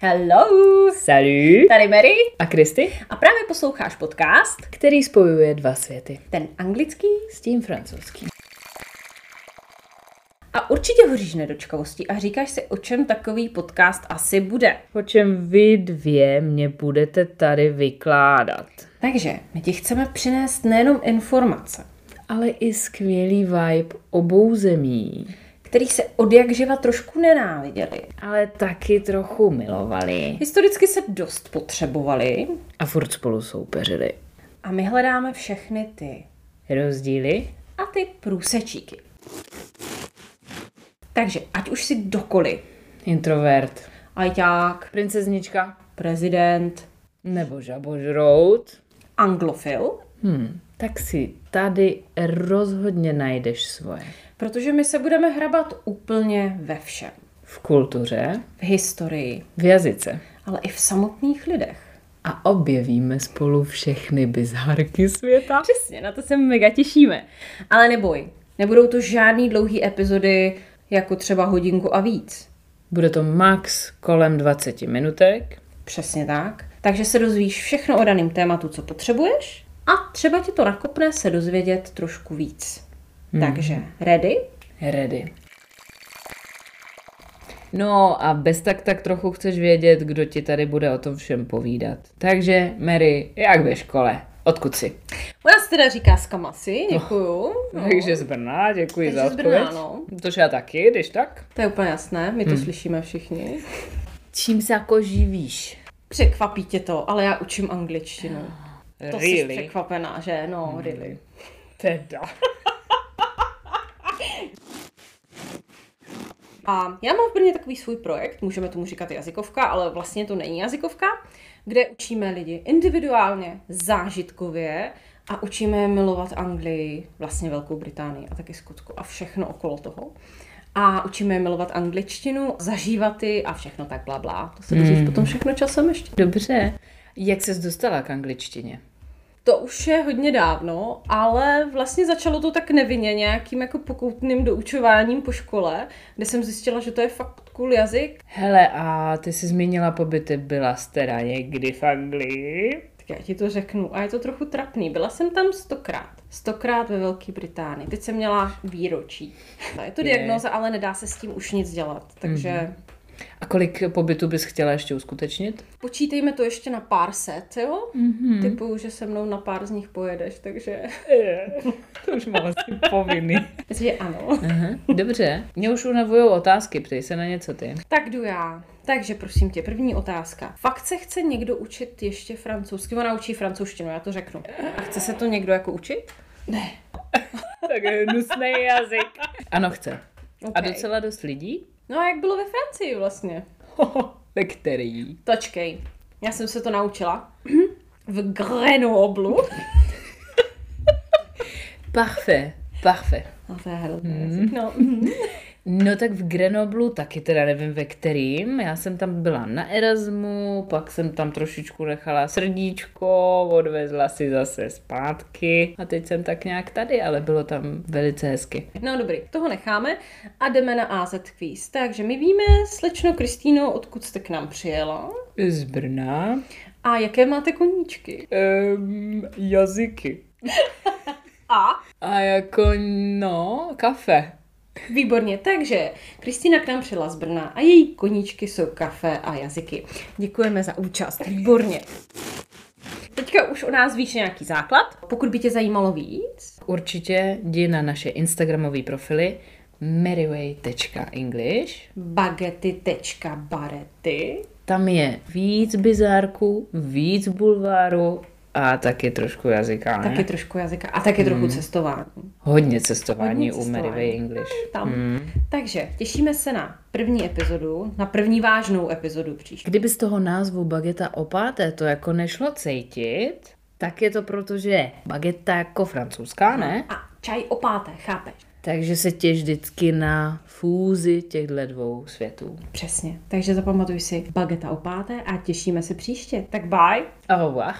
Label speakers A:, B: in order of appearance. A: Hello!
B: Salut!
A: Tady Mary
B: A Kristy,
A: a právě posloucháš podcast,
B: který spojuje dva světy.
A: ten anglický,
B: S tím francouzským.
A: a určitě hoříš nedočkavosti a říkáš si, o čem takový podcast asi bude.
B: O čem vy dvě mě budete tady vykládat.
A: Takže my ti chceme přinést nejenom informace,
B: Ale i skvělý vibe obou zemí.
A: který se od jak živa trošku nenáviděli.
B: Ale taky trochu milovali.
A: Historicky se dost potřebovali
B: A furt spolu soupeřili.
A: a my hledáme všechny ty
B: Rozdíly?
A: a ty průsečíky. Takže ať už si dokoliv,
B: Introvert.
A: ajťák,
B: Princeznička.
A: prezident,
B: Nebo žabožrout.
A: anglofil,
B: Hm, tak si tady rozhodně najdeš svoje.
A: protože my se budeme hrabat úplně ve všem.
B: V kultuře,
A: v historii,
B: v jazyce.
A: ale i v samotných lidech.
B: A objevíme spolu všechny bizarky světa.
A: Přesně, na to se mega těšíme. Ale neboj, nebudou to žádný dlouhý epizody, jako třeba hodinku a víc.
B: Bude to max kolem 20 minutek.
A: Přesně tak. Takže se dozvíš všechno o daném tématu, co potřebuješ a třeba tě to nakopne se dozvědět trošku víc. Hmm. Takže ready?
B: Ready. No a bez tak tak trochu chceš vědět, kdo ti tady bude o tom všem povídat. Takže, Mary, jak ve škole? Odkud jsi?
A: U nás teda říká Skamasy, děkuju.
B: No. Takže z Brna, děkuji
A: Takže
B: za
A: z Brna,
B: odpověď.
A: no.
B: Tož já taky, když tak.
A: To je úplně jasné, my to hmm. slyšíme všichni.
B: Čím se jako živíš?
A: Překvapí tě to, ale já učím angličtinu. To jsi
B: really?
A: překvapená, že? No, really.
B: Teda.
A: A já mám v Brně takový svůj projekt, můžeme tomu říkat jazykovka, ale vlastně to není jazykovka, kde učíme lidi individuálně, zážitkově a učíme je milovat Anglii, vlastně Velkou Británii a taky Skotsko a všechno okolo toho. A učíme je milovat angličtinu, zažívat ji a všechno tak blá, blá. To se dozvíš potom všechno časem ještě.
B: Dobře. Jak ses dostala k angličtině?
A: To už je hodně dávno, ale vlastně začalo to tak nevinně nějakým jako pokoutným doučováním po škole, kde jsem zjistila, že to je fakt cool jazyk
B: Hele, a ty jsi zmínila pobyty, byla jsi teda někdy v Anglii?
A: Tak já ti to řeknu. A je to trochu trapný. Byla jsem tam stokrát. Stokrát ve Velké Británii. Teď jsem měla výročí. Je to diagnóza, ale nedá se s tím už nic dělat. Takže mm-hmm.
B: A kolik pobytů bys chtěla ještě uskutečnit?
A: počítejme to ještě na pár set, jo?
B: Mhm.
A: Mm-hmm. Typu, že se mnou na pár z nich pojedeš, takže...
B: Je, to už mám asi povinný.
A: Takže ano.
B: Aha, dobře, mě už unavují otázky, ptej se na něco ty.
A: tak jdu já. Takže prosím tě, první otázka. Fakt se chce někdo učit ještě francouzsky? Ona učí francouzštinu, já to řeknu. A chce se to někdo jako učit?
B: Tak nusný jazyk. Ano, chce. A
A: Okay.
B: docela dost lidí?
A: No a jak bylo ve Francii vlastně?
B: Ve který?
A: Točkej, já jsem se to naučila v Grenoblu.
B: Parfait, parfait.
A: No to je hrozné.
B: Hmm.
A: No,
B: No tak v Grenoblu taky teda nevím ve kterým. Já jsem tam byla na Erasmu, pak jsem tam trošičku nechala srdíčko, odvezla si zase zpátky a teď jsem tak nějak tady, ale bylo tam velice hezky.
A: no dobrý, toho necháme a jdeme na AZ Quiz. Takže my víme, slečno Kristýno, odkud jste k nám přijela
B: Z Brna.
A: a jaké máte koníčky?
B: Um, jazyky.
A: A
B: A jako no, kafe.
A: výborně, takže Kristýna k nám přijela z Brna a její koníčky jsou kafe a jazyky. Děkujeme za účast, výborně. Teďka už o nás víš nějaký základ. Pokud by tě zajímalo víc,
B: Určitě jdi na naše Instagramové profily maryway.english
A: bagety.barety
B: Tam je víc bizárku, víc bulváru a taky trošku jazyka, ne? Hmm.
A: Taky trošku jazyka a taky trochu cestování.
B: Hodně cestování
A: Hodně
B: u
A: cestování.
B: Mary Way English. Hmm.
A: Tam. Takže těšíme se na první epizodu, na první vážnou epizodu příště.
B: Kdyby z toho názvu bageta opáté to jako nešlo cítit, tak je to proto, že bageta jako francouzská, ne?
A: A čaj opáté, chápeš?
B: Takže se těš vždycky na fúzi těchto dvou světů.
A: Přesně. Takže zapamatuj si bageta opáté a těšíme se příště. Tak bye!
B: Au revoir.